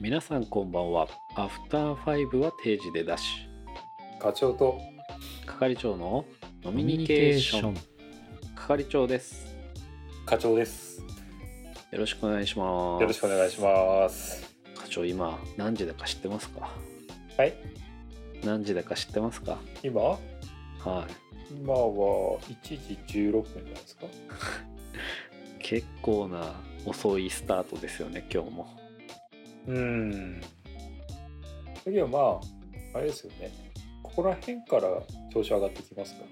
皆さんこんばんはアフターファイブは定時でダッシ課長とュ係長のノコミニケーション係長です課長ですよろしくお願いしますよろしくお願いしますす課長今何時だか知ってますかはい何時だか知ってますか今は今は1時16分じゃないですかい結構な遅いスタートですよね今日もうんだけどまああれですよねここら辺から調子上がってきますか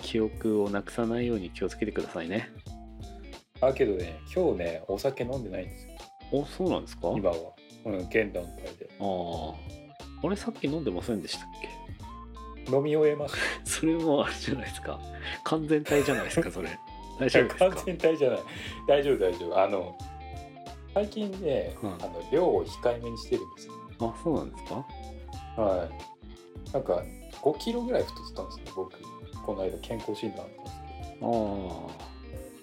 記憶をなくさないように気をつけてくださいねらだけどね今日ねお酒飲んでないんですよおそうなんですか今はうん現段階であーあれさっき飲んでませんでしたっけ飲み終えましそれもあれじゃないですか完全体じゃないです かそれ大丈た夫ですか 完全体じゃない大丈夫大丈夫あの最近ね、うんあの量を控えめにしてるんですよあそうなんですかはい。なんか5キロぐらい太ってたんですよ、僕。この間健康診断あったんでああすけど。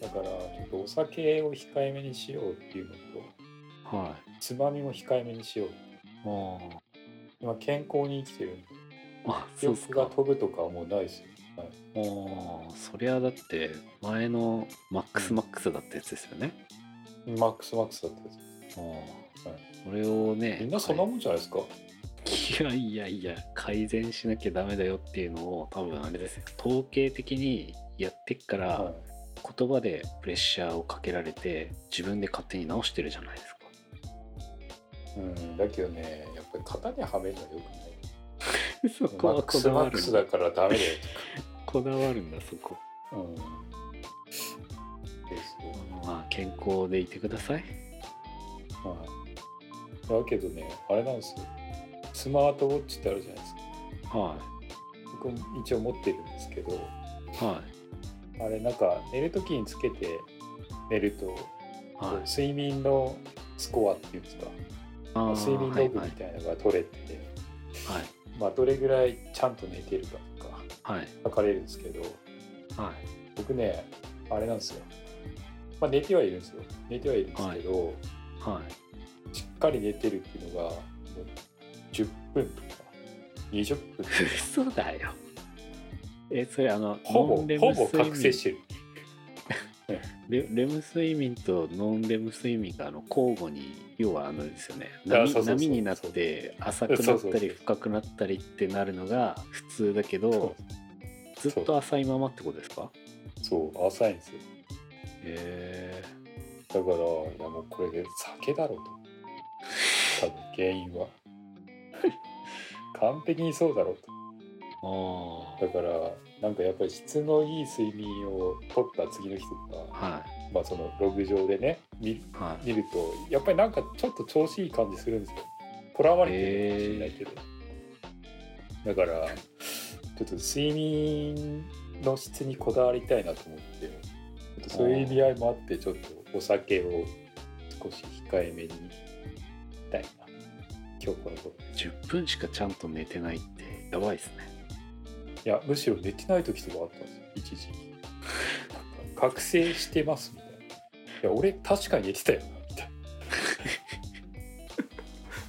だから、ちょっとお酒を控えめにしようっていうのと、はい。つまみも控えめにしよう。あ今、健康に生きてるんで、あ。あ、記そうっす憶がか。飛ぶとかはもうないですよ。ああ、そりゃだって前のマックスマックスだったやつですよね。マックスマックスだったんですよああはい。それをね、みんなそんなもんじゃないですか。いやいやいや改善しなきゃダメだよっていうのを多分あれですよ。統計的にやってっから、はい言葉でプレッシャーをかけられて自分で勝手に直してるじゃないですか。うん、だけどね、やっぱり型にはめるのはよくない。 そこマッはクこスだマわックるスんだだ。からダメだよこだわるんだそこ。とか。うん。ですよ。まあ健康でいてください。はい、だけどねあれなんですよスマートウォッチってあるじゃないですかは僕も一応持ってるんですけどいはあれなんか寝る時につけて寝ると、いはい。睡眠のスコアっていうんですかあー睡眠ログはいみたいなのが取れて、はいまあ、どれぐらいちゃんと寝てるかとかはい測れるんですけどは僕ねあれなんですよ、まあ、寝てはいるんですよ寝てはいるんですけど、いはい。しっかり寝てるっていうのがもう10分とか20分とか嘘だよ。え、それあの、ほノンぼレムほぼ睡眠覚醒してる。レレム睡眠とノンレム睡眠があの交互に、要はあのですよね、あそう波そうそう波になって浅くそなうっそうたそうり深くなったりってなるのが普通だけど、ずっと浅いままってことですかそう、浅いんですよ。へだから、いやもうこれで酒だろうと。多分原因は。 完璧にそうだろうえ。あと。だから、なんかやっぱり質のいい睡眠を取った次の日とあ。か、はまあそのログ上でね、見い。はい。見ると、やっぱりなんかちょっと調子いい感じするんですよ。とらわれてるかもしれないけど。だから、ちょっと睡眠の質にこだわりたいなと思って、ちょっとそういう意味合いもあって、ちょっとお酒を少し控えめにしたいな。今日この頃。 10分しかちゃんと寝てないって、やばいですね。いや、むしろ寝てない時とかあったんですよ、一時期。なんか覚醒してますみたいな。いや、俺確かに寝てたよな、みたい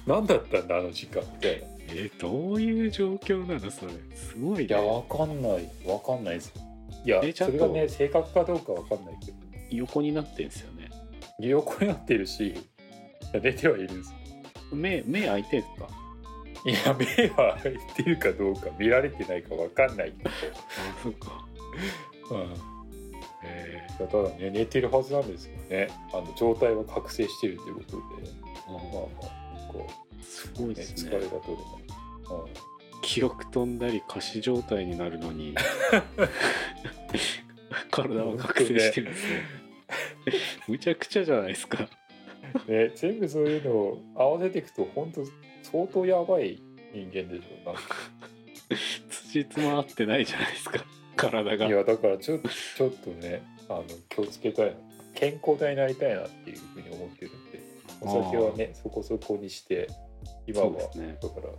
な。何だったんだ、あの時間、みたいな。いえどういう状況なのそれ。すごいね。や、わかんない、わかんないですよ。いやえ、ちゃそんとれがね、正確かどうかわかんないけど、横になってんですよね。横になってるし、いや寝てはいるんですよ。目、目開いてんすかいや、目は開いてるかどうか、見られてないかわかんないけあ、そっか。ど、うん、いええやただね、寝てるはずなんですけどね、あの状態は覚醒してるということで。まあまあ、こすごう、いね、です疲ねれが取れない。うん記憶飛んだり過死状態になるの に体は覚醒してるんですね むちゃくちゃじゃないですか ね、全部そういうのを合わせていくと、本当相当やばい人間でしょう辻褄合ってないじゃないですか体な。いがや、だからちょちょっとね、あの気をつけたいな。健康体になりたいなっていうふうに思ってるんで、お酒はね、そこそこにして、今そは、うですねだから、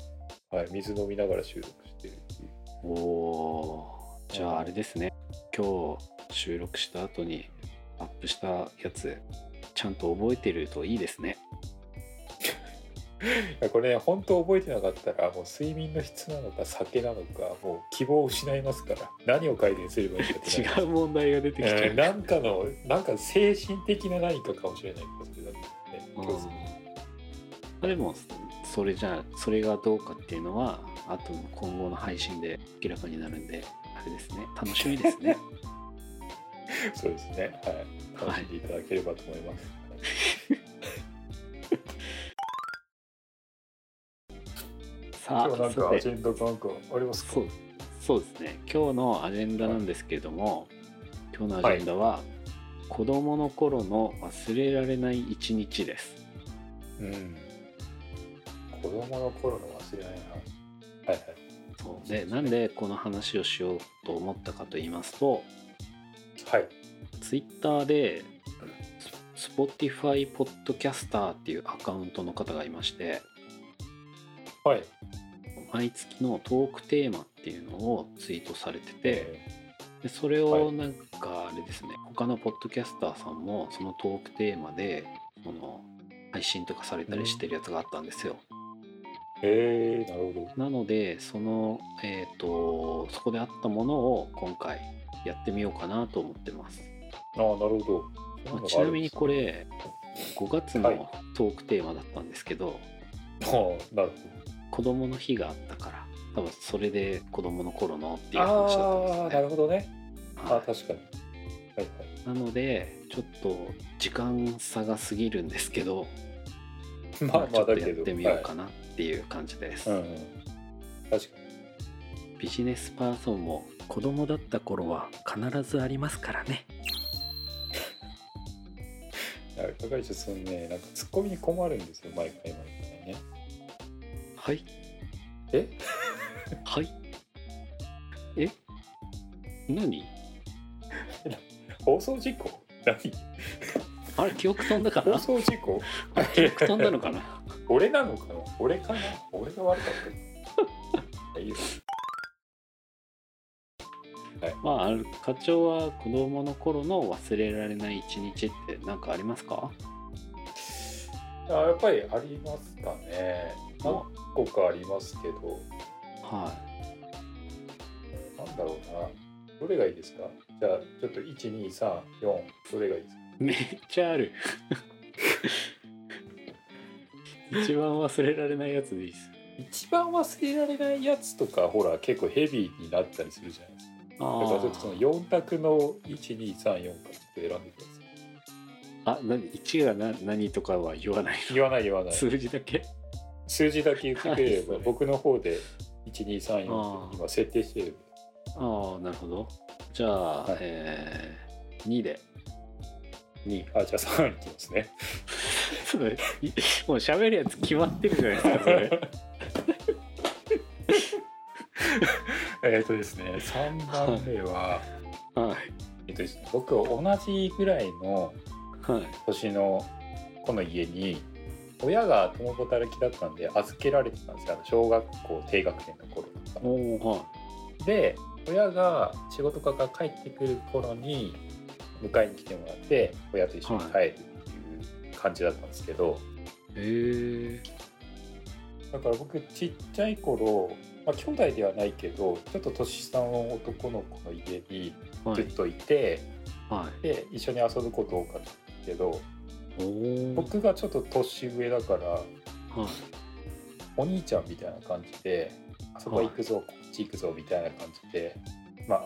はい、水飲みながら収録してるっていう。おおーじゃああれですね今日収録した後にアップしたやつちゃんと覚えてるといいですねやこれね本当覚えてなかったらもう睡眠の質なのか酒なのかもう希望を失いますから何を改善すればいいかってな違う問題が出てきちゃえうー。なんかのなんか精神的な何かかもしれないけど、ね、共通まあでもそれじゃあそれがどうかっていうのはあとの今後の配信で明らかになるんであれですね楽しみです ねそうですねはい楽しんでいただければと思います、さあ今日なんさかアジてェンダなんかありますかそうそうですね今日のアジェンダなんですけれども、今日のアジェンダは、子どもの頃の忘れられない一日ですうん子供の頃の忘れないなはいはいそうでなんでこの話をしようと思ったかと言いますとはいツイッターで Spotify ポッドキャスターっていうアカウントの方がいましてはい毎月のトークテーマっていうのをツイートされててえでそれはをいなんかあれですね他のポッドキャスターさんもそのトークテーマでその配信とかされたりしてるやつがあったんですよーえーなるほなのでそのえっ、とそこであったものを今回やってみようかなと思ってますどああなるほどそまんのあがちなみにこあれ5月はいのトークテーマだったんですけど、るんですねああなる子供の日があったから多分それで子供の頃のっていう話だったんですほどあよあねなるほどねあはあ確かにはいはいいなのでちょっと時間差が過ぎるんですけど、まあちまょあっとだやっけどてみようかなっていう感じです、はいうんうん、確かにビジネスパーソンも子供だった頃は必ずありますからねあ係長そのねなんかツッコミに困るんですよ毎回毎回ねはいえはいえ何放送事故何あれ記憶飛んだか放な送事故あ れ記憶飛んだのかな俺なのかな俺かな俺が悪かったいいよまあある課長は子供の頃の忘れられない一日って何かありますかあやっぱりありますかね何個かありますけどはいなんだろうなどれがいいですかじゃあちょっと1234どれがいいですかめっちゃある 一番忘れられないやつでいいです一番忘れられないやつとかほら結構ヘビーになったりするじゃないですかあだからちょっとそのー4択の1234からちょっと選んでくださあ何1がな何とかは言わないい言わない言わない数字だけ数字だけ言ってくれれば、はい僕の方で1234あっーて今設定してるああなるほどじゃあ、はいえー、2で2あじゃあ3いきますねそれいもう喋るやつ決まってるじゃないですかそれ えっとですね3番目ははいえっとですね僕同じぐらいのはい年の子の家に親が共働きだったんで預けられてたんですよあの小学校低学年の頃とかおおはいで親が仕事から帰ってくる頃に迎えに来てもらって親と一緒に帰るっていう感じだったんですけど、へえだから僕ちっちゃい頃、まあ、兄弟ではないけどちょっと年下の男の子の家にはずいっといて、はで一緒に遊ぶこと多かったけどいおおは僕がちょっと年上だからいお兄ちゃんみたいな感じであそこ行くぞ、こっち行くぞみたいな感じでまあ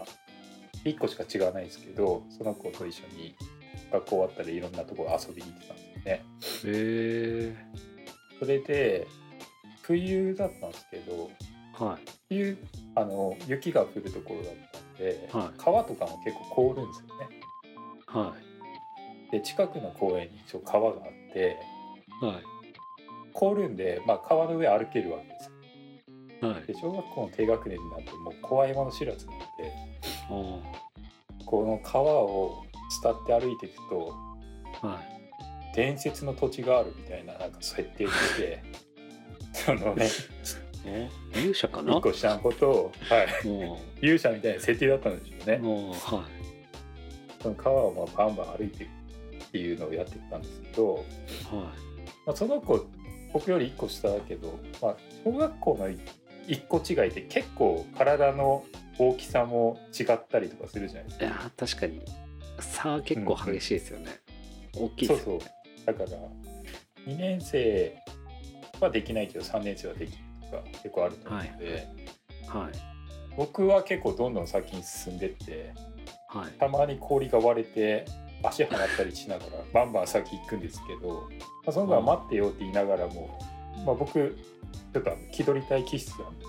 1個しか違わないですけどその子と一緒に学校終わったりいろんなところ遊びに行ってたんですよね。へえそれで冬だったんですけどは冬あの雪が降るところだったんで、はい川とかも結構凍るんですよねいはで近くの公園に一応川があっていはい凍るんで、まあ、川の上歩けるわけですよはいで小学校の低学年になってもう怖いもの知らずなんでおこの川を伝って歩いていくとーはい伝説の土地があるみたいななんか設定にして そのねえ勇者 かな一個下のことを、はい、も勇者みたいな設定だったんでしょうねうもうはその川をまあバンバン歩いていくっていうのをやってたんですけど、いはまあ、その子僕より1個下だけど、まあ、小学校の1個違いって結構体の大きさも違ったりとかするじゃないですいやー確かに差は結構激しいですよね、大きいか。でそうすよそう。だから2年生はできないけど3年生はできるとか結構あると思うので、はいははい僕は結構どんどん先に進んでってはい たまに氷が割れて足放ったりしながらバンバン先行くんですけど、まあ、その分は待ってよって言いながらも、まあ、僕ちょっとあの気取りたい気質なんで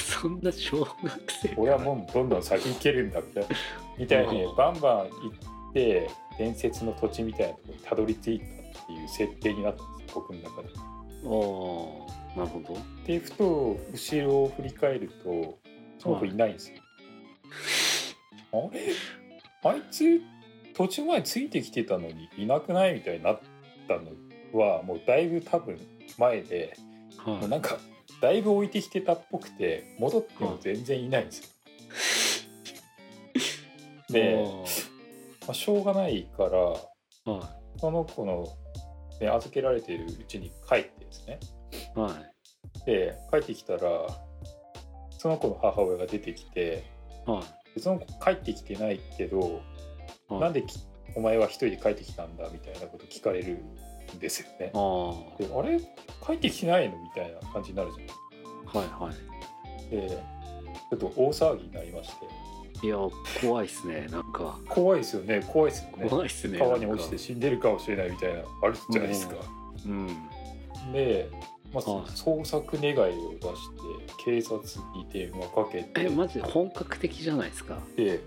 そんな小学生から俺はもうどんどん先行けるんだってみたいにうんバンバン行って伝説の土地みたいなところにたどり着いたっていう設定になったんです僕の中で。おーなるほどでふと後ろを振り返るとその子いないんですよ。あれあいつ途中までついてきてたのにいなくないみたいになったのはもうだいぶ多分前でもうはなんかだいぶ置いてきてたっぽくて戻っても全然いないんですよ。いで、おまあ、しょうがないからーはその子の、ね、預けられてるうちに帰ってですねいはいで帰ってきたらその子の母親が出てきてはいでその子帰ってきてないけど、はいなんできお前は一人で帰ってきたんだみたいなこと聞かれるんですよねあ。あであれ帰ってきてないのみたいな感じになるじゃん。はいはい。でちょっと大騒ぎになりましていや、怖いっすね、なんか。怖いですよね怖いですよね。怖いっすね。川に落ちてて。死んでるかもしれないみたいなあるじゃないですか。うん。で、まあはい捜索願いを出して警察に電話かけてえ、マジで本格的じゃないですか。で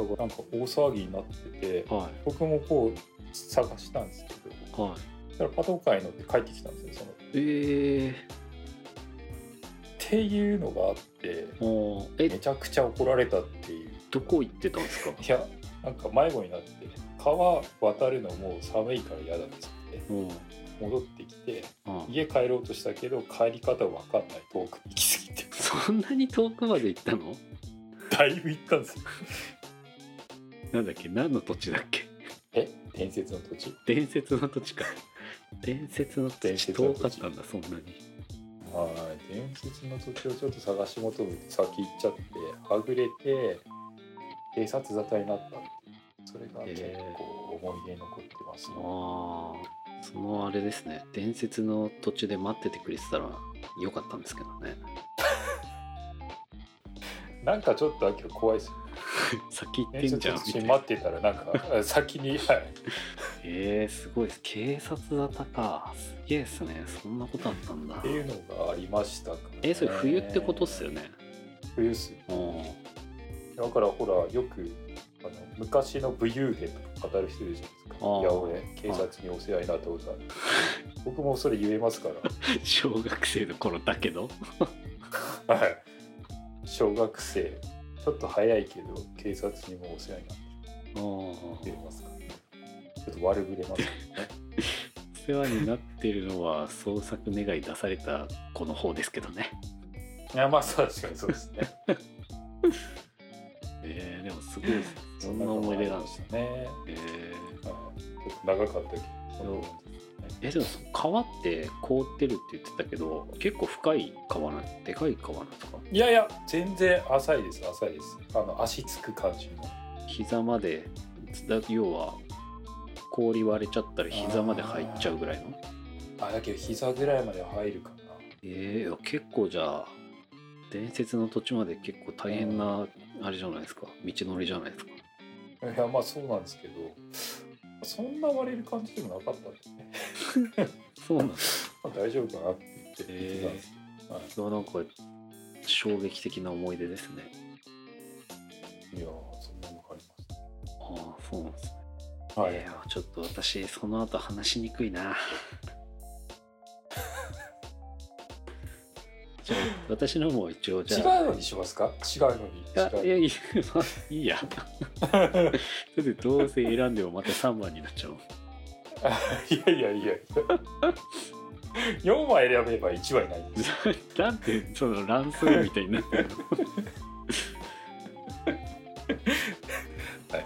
だからなんか大騒ぎになってては僕もこう探したんですけどい。はそしたらパトカーに乗って帰ってきたんですよそのっい。えていうのがあってー、おーめえ、ちゃくちゃ怒られたっていういどこ行ってたんですか。やなんか迷子になって川渡るのもう寒いから嫌だっつってうん。戻ってきてあ家帰ろうとしたけど帰り方わかんない遠くに行き過ぎて そんなに遠くまで行ったの。だいぶ行ったんですよなんだっけ、何の土地だっけ。え伝説の土地伝説の土地か。伝説の土伝地説の遠土かっ地たんだ、そんなに。はい伝説の土地をちょっと探し求めて先行っちゃってはぐれて警察沙汰になったっていうそれが結構思い出に残ってますね、ああ。そのあれですね。伝説の土地で待っててくれてたら。よかったんですけどね。 なんかちょっと秋は怖いですよ先行っねてちょんっじゃん。とみたいな待ってたらなんか先にはいえー、すごいです警察沙汰かすげえっすねそんなことあったんだっていうのがありましたから、えー、それ冬ってことっすよねね冬っすおー だからほらよくあの昔の武勇兵とか語る人いるじゃないですあかーいや俺警察にお世話になったことある僕もそれ言えますから小学生の頃だけどはい。小学生、ちょっと早いけど、警察にもお世話になおってーますから、ね、ちょっと悪ぶれますけどね。お世話になってるのは捜索願い出された子の方ですけどねいや、まあ、そう確かにそうです ね。えー、でもすごいですね そんな思い出なんですすね。えはいちょっと長かったけど、そんなもんですー、えでもその川って凍ってるって言ってたけど結構深い川なんでかい川なんですかいやいや、全然浅いです、浅いです。あの、足つく感じの。膝までだ要は氷割れちゃったら膝まで入っちゃうぐらいのあ、だけど、膝ぐらいまで入るかな。ええ結構じゃあ伝説の土地まで結構大変なあれじゃないですか道のりじゃないですかいや、まあ、そうなんですけど、そんな割れる感じでもなかったんですね。そうなんですまあ、大丈夫かなって言って言ってたんですけど。はいよなんか衝撃的な思い出ですねいやーそんなのがありましああそうなんですね、た。はいい、やちょっと私その後話しにくい なじゃあ私のも一応じゃあ違うのにしますか違うのに。いや違うのにいやいいまあいいやだってどうせ選んでもまた3番になっちゃう いやいやいや。4枚選べば1枚ないんですよ。なんてその乱数みたいになってるの はい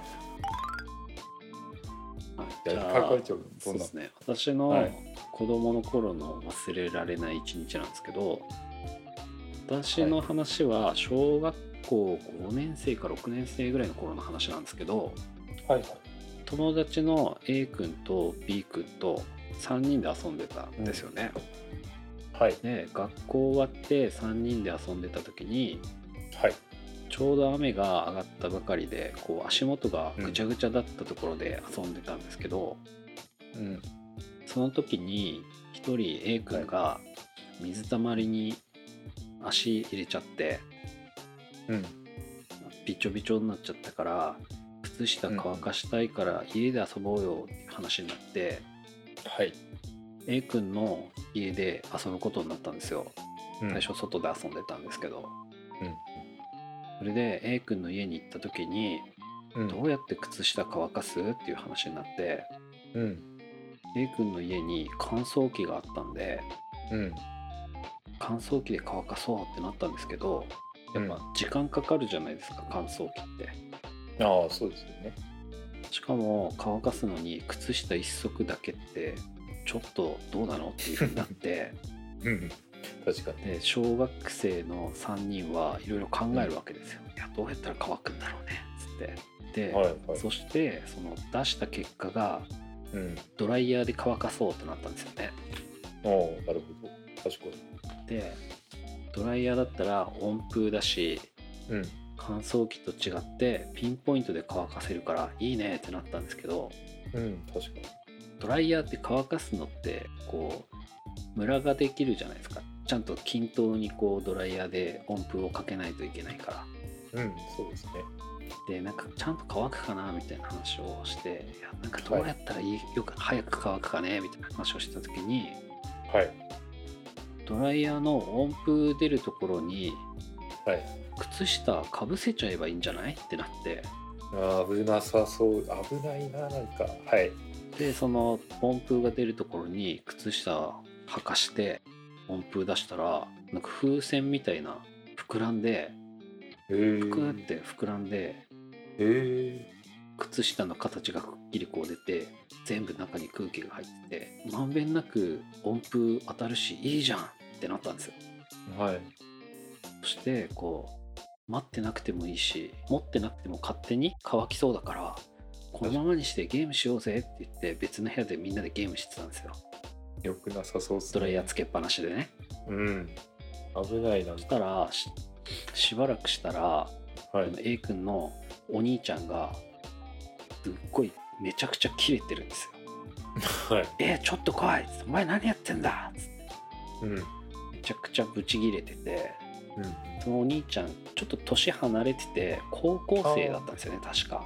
はいじじゃゃああ係長そうんどでなすね私のはい子子供の頃の忘れられない一日なんですけど私の話は小学校5年生か6年生ぐらいの頃の話なんですけどはいはい友達の A 君と B 君と3人で遊んでたんですよね。はいで学校終わって3人で遊んでた時にはいちょうど雨が上がったばかりでこう足元がぐちゃぐちゃだったところで遊んでたんですけど、うんその時に1人 A 君が水たまりに足入れちゃってうんびちょびちょになっちゃったから靴下乾かしたいから家で遊ぼうよって話になって、はい、 A 君の家で遊ぶことになったんですようん、最初外で遊んでたんですけど、うんそれで A 君の家に行った時にうんどうやって靴下乾かすっていう話になってうん A 君の家に乾燥機があったんでうん乾燥機で乾かそうってなったんですけどやっぱ時間かかるじゃないですか乾燥機ってああそうですよねしかも乾かすのに靴下一足だけってちょっとどうなのっていうふうになって うん確かにで小学生の3人はいろいろ考えるわけですよ、いやどうやったら乾くんだろうねっつってで、はいはいそしてその出した結果がうんドライヤーで乾かそうってなったんですよねああなるほど確かでドライヤーだったら温風だしにうん乾燥機と違ってピンポイントで乾かせるからいいねってなったんですけどうん確かにドライヤーって乾かすのってこうムラができるじゃないですかちゃんと均等にこうドライヤーで温風をかけないといけないからうんそうですねでなんかちゃんと乾くかなみたいな話をしていやなんかどうやったらいい、よく早く乾くかねみたいな話をした時にはいドライヤーの温風出るところにはい靴下かぶせちゃえばいいんじゃないってなってあー危なさそう危ないななんかはいでその温風が出るところに靴下履かして温風出したらなんか風船みたいな膨らんでえぷくっー、て膨らんでえー、靴下の形がくっきりこう出て全部中に空気が入っててまんべんなく温風当たるしいいじゃんってなったんですよはいそしてこう待ってなくてもいいし持ってなくても勝手に乾きそうだからこのままにしてゲームしようぜって言って別の部屋でみんなでゲームしてたんですよよくなさそうっすドライヤーつつけっぱなしでねうん危ないなそしたらししばらくしたら、はあの A 君のお兄ちゃんがすっごいめちゃくちゃキレてるんですよはいえちょっと来いお前何やってんだつってうんうんめちゃくちゃブチギレててそのお兄ちゃんちょっと年離れてて高校生だったんですよね確か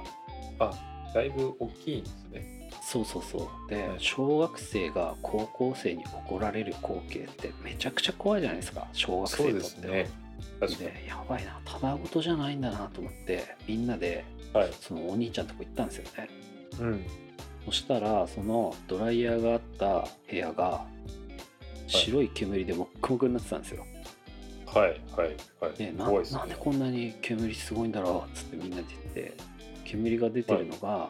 だいぶ大きいんですねそうそうそうで、はい小学生が高校生に怒られる光景ってめちゃくちゃ怖いじゃないですか小学生にとっては確かにでやばいなただごとじゃないんだなと思ってみんなではいそのお兄ちゃんとこ行ったんですよねうんそしたらそのドライヤーがあった部屋が白い煙でもっこもくになってたんですよ、はいはいはい、でな怖いっすねなんでこんなに煙すごいんだろうっつってみんなで言って煙が出てるのが、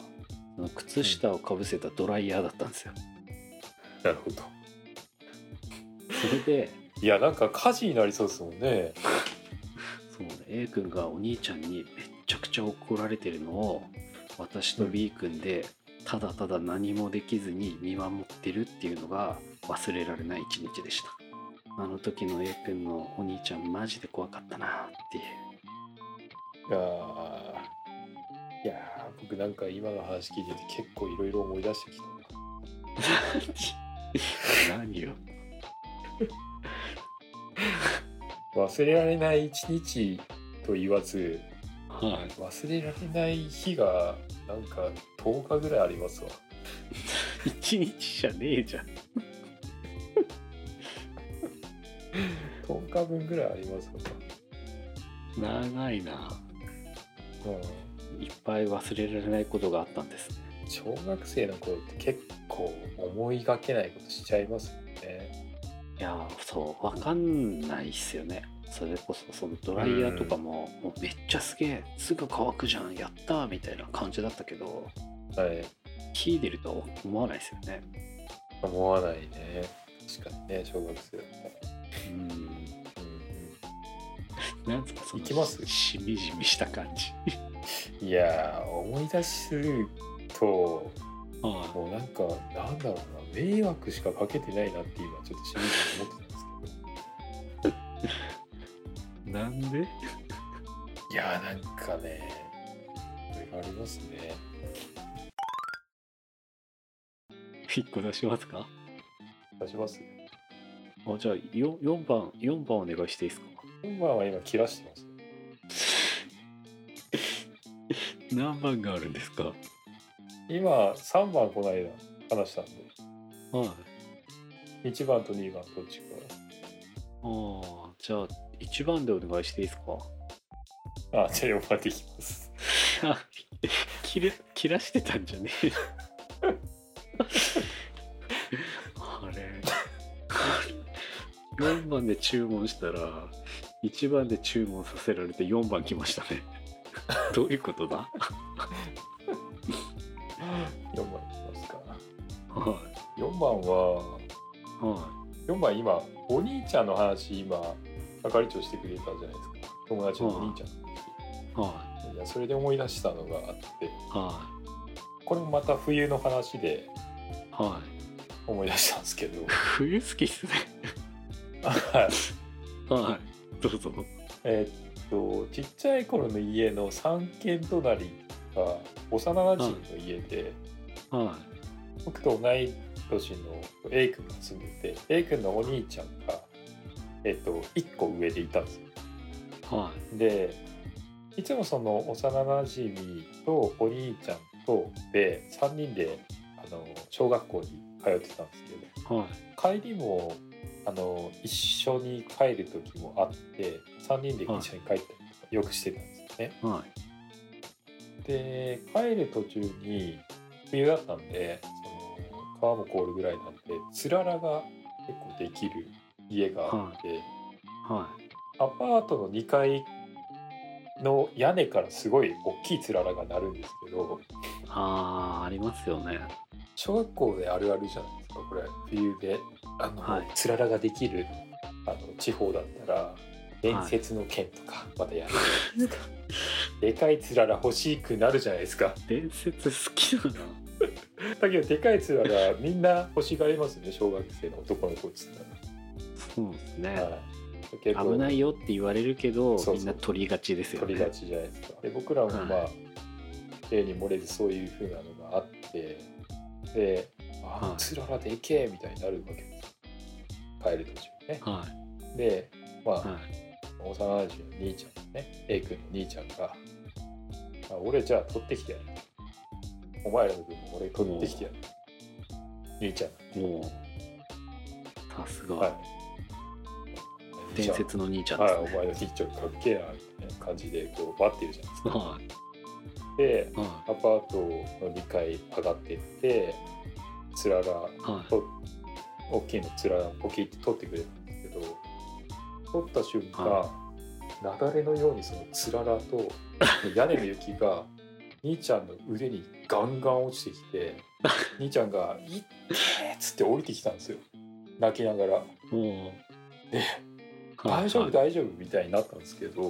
その靴下をかぶせたドライヤーだったんですよ、なるほどそれでいやなんか火事になりそうですもんねそうね A 君がお兄ちゃんにめっちゃくちゃ怒られてるのを私と B 君でただただ何もできずに見守ってるっていうのが忘れられない一日でしたあの時の A 君のお兄ちゃんマジで怖かったなっていういやーいやー僕なんか今の話聞いてて結構いろいろ思い出してきたな 何よ忘れられない一日と言わずはい忘れられない日がなんか10日ぐらいありますわ一日じゃねえじゃん10日分ぐらいありますわ、長いなういっぱい忘れられないことがあったんですん、小学生の頃って結構思いがけないことしちゃいますよねいやーそうわかんないっすよねそれこそそのドライヤーとかも,、もうめっちゃすげえすぐ乾くじゃんやったーみたいな感じだったけどはい火出るとは思わないですよね思わないね確かにね小学生だったら、うんうなんですかそのいきますしみじみした感じんうん、いやー思い出すと ああもうなんかなんだろうな迷惑しかかけてないなって今ちょっとしみじみ思ってたんですなんでけどいやーなんかねありますね一個出しますか出しますあじゃあ 4, 四番4番お願いしていいですか4番は今切らしてます何番があるんですか今3番この間話したんではい1番と2番どっちかああじゃあ1番でお願いしていいですかあじゃあ4番でいきますあ 切れ切らしてたんじゃねえあれ4番で注文したら1番で注文させられて4番来ましたねどういうことだ4番いきますかは4番はいは4番今お兄ちゃんの話今係長してくれたじゃないですか友達のお兄ちゃんのい話、はいやそれで思い出したのがあっていはこれもまた冬の話でいはい思い出したんですけど冬好きっすねはいはいどうぞえーっとちっちゃい頃の家の3軒隣が幼なじみの家で、は僕と同い年の A 君が住んでて A 君のお兄ちゃんが、えーっと1個上でいたんですよいはでいつもその幼なじみとお兄ちゃんとで3人であの小学校に通ってたんですけどいはい帰りもあの一緒に帰る時もあって3人で一緒に帰ったりとかよくしてたんですよね。はいで帰る途中に冬だったんでその川も凍るぐらいなんでつららが結構できる家があって、はアパートの2階の屋根からすごい大きいつららが鳴るんですけどいあーありますよね小学校であるあるじゃないですかこれ冬であの、はいつららができるあの地方だったら伝説の剣とかまたやるじゃないですか、でかいつらら欲しくなるじゃないですか伝説好きだなだけどでかいつららみんな欲しがりますよね小学生の男の子っつったそうですら、ねはいだけど危ないよって言われるけどそうそうみんな取りがちですよ取ねりがちじゃないですか。で僕らもまあ、は例に漏れずそういう風なのがあってで「あはいつららでけえ」みたいになるわけです帰る途中ね。はでまあ、いは幼馴染の兄ちゃんのね A 君の兄ちゃんが「あ俺じゃあ取ってきてやる」「お前らの分も俺取ってきてやる」兄ちゃんいもうさすが、はい兄ちゃ伝ん説の兄ちゃんではいすおね前の兄ちゃんかっけえなみたいな感じでこう待ってるじゃないですか。はいではアパートの2階上がってってつらいらはいと大きいのつららポキって取ってくれたんですけど取った瞬間、は雪崩のようにそのつららと屋根の雪が兄ちゃんの腕にガンガン落ちてきて兄ちゃんが「いってー」っつって降りてきたんですよ泣きながらもで「うはい大丈夫は大丈夫」みたいになったんですけどい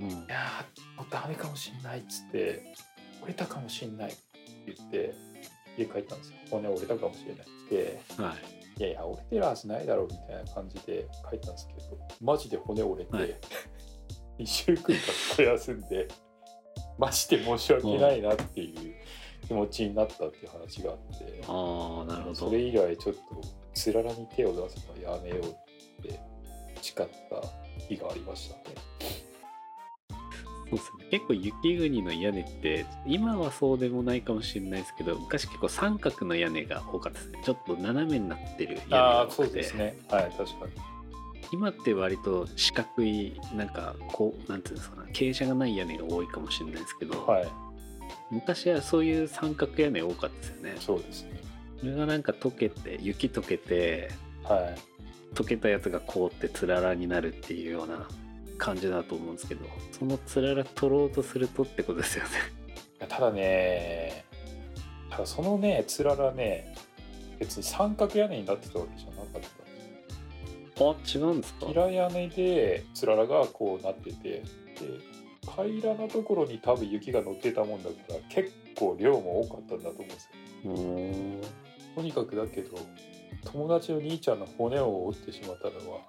うんいやーもうダメかもしんないっつって折れたかもしんないって言って家帰ったんですよ骨折れたかもしれないってはいいやいや折れてるはずないだろうみたいな感じで帰ったんですけどマジで骨折れて、は 2週間学校休んでマジで申し訳ないなっていう気持ちになったっていう話があってああなるほそどれ以来ちょっとつららに手を出すのはやめようって誓った日がありましたね。そうですね結構雪国の屋根って今はそうでもないかもしれないですけど昔結構三角の屋根が多かったですねちょっと斜めになってる屋根あがあ多そうくてですねはい確かに今って割と四角いなんかこうなんていうんですかね傾斜がない屋根が多いかもしれないですけど、はい昔はそういう三角屋根多かったですよねそうですね。それがなんか溶けて雪溶けては溶けたやつが凍ってつららになるっていうような感じだと思うんですけどそのつらら取ろうとするとってことですよねい。ただね、ただそのね、つららね、別に三角屋根になってたわけじゃなかったんです よ。あ違うんですか平屋根でつららがこうなっててで平らなところに多分雪が乗ってたもんだから結構量も多かったんだと思うんですようーんとにかくだけど友達の兄ちゃんの骨を折ってしまったのは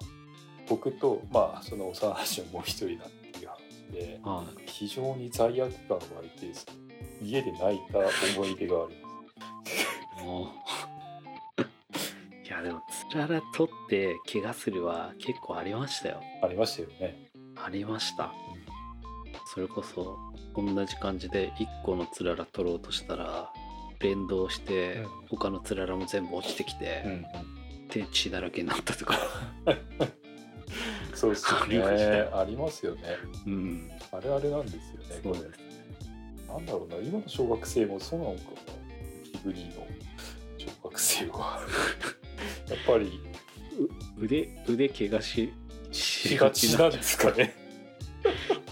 僕とまあその幼なじみのもう一人だっていう話では非常に罪悪感が湧いてですね家で泣いた思い出がありまいもう いやでもつらら取って怪我するは結構ありましたよすありましたよねありましたそれこそ同じ感じで1個のつらら取ろうとしたら連動してうん他のつららも全部落ちてきて、うん手血だらけになったとか そうですよありましたねよありますよねうんあれあれなんですよねそうですなんだろうな今の小学生もそうなのかなキブリーの小学生 はやっぱり腕腕怪我しししがちなんですか ね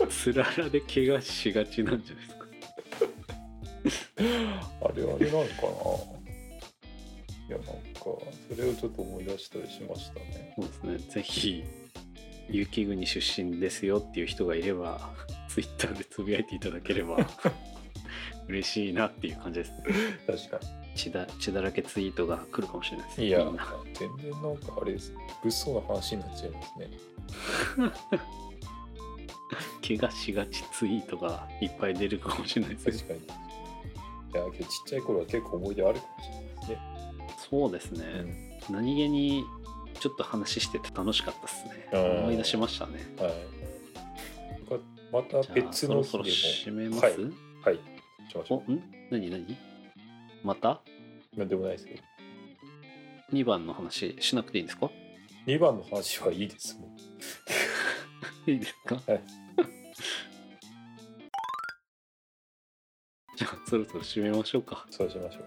つららで怪我しがちなんじゃないですかあれあれなのかないやなんかそれをちょっと思い出したりしましたねそうですねぜひ雪国出身ですよっていう人がいればツイッターでつぶやいていただけれ ば嬉しいなっていう感じです確か血だ血だらけツイートが来るかもしれないですいやみんな全然なんかあれです物騒な話になっちゃいますね怪我しがちツイートがいっぱい出るかもしれないです確ねかにいやけどちっちゃい頃は結構思い出あるかもしれないですねそうですね、うん何気にちょっと話してて楽しかったですねあー思い出しましたねはいなんかまたじゃあ別そろの日でもそろ締めます、はいはいしましおょん何何またうなんでもないですけど2番の話しなくていいんですか2番の話はいいですもんいいですかはい じゃあそろそろ締めましょうかそうしましょう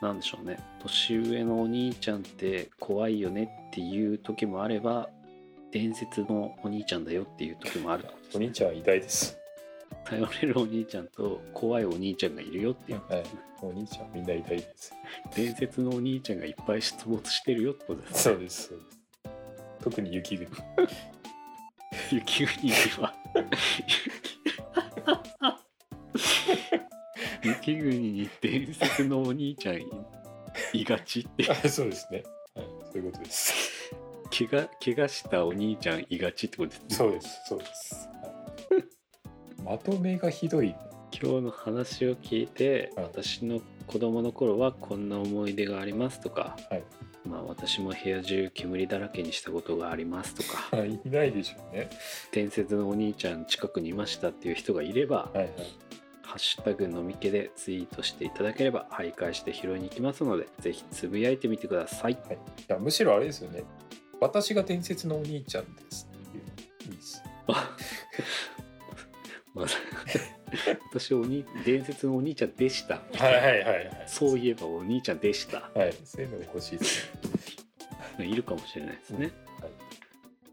なんでしょうね年上のお兄ちゃんって怖いよねっていう時もあれば伝説のお兄ちゃんだよっていう時もあるってことですお兄ちゃんは偉大です頼れるお兄ちゃんと怖いお兄ちゃんがいるよっていうはいお兄ちゃんみんな偉大です伝説のお兄ちゃんがいっぱい出没してるよってことですそねうですそうです特に雪国雪国に は雪国に伝説のお兄ちゃんいがちってあ そうですね。はい、そういうことです。怪我怪我したお兄ちゃんいがちってことですねそうです、そうです。はい、まとめがひどい。今日の話を聞いて、はい私の子供の頃はこんな思い出がありますとか、はいまあ私も部屋中煙だらけにしたことがありますとかはい、いないでしょうね。伝説のお兄ちゃん近くにいましたっていう人がいれば、はいはい。ハッシュタグ飲み気でツイートしていただければ徘徊して拾いに行きますのでぜひつぶやいてみてくださいいや、むしろあれですよね。私が伝説のお兄ちゃんです。いいです。 まあ私おに伝説のお兄ちゃんでしたはいはいはいはい。そういえばお兄ちゃんでしたはい、そういうのが欲しいですね。いるかもしれないですね、うんは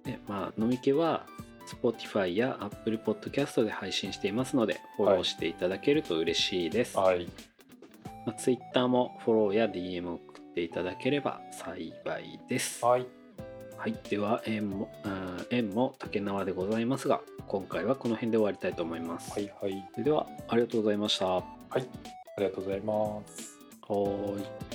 でまあ飲み気は Spotify や Apple Podcast で配信していますのでフォローしていただけると嬉しいです、はい、まあ、Twitter もフォローや DM を送っていただければ幸いですはい、はい、では縁もうん縁も竹縄でございますが今回はこの辺で終わりたいと思います、はい、はい。それではありがとうございましたはありがとうございます。ーい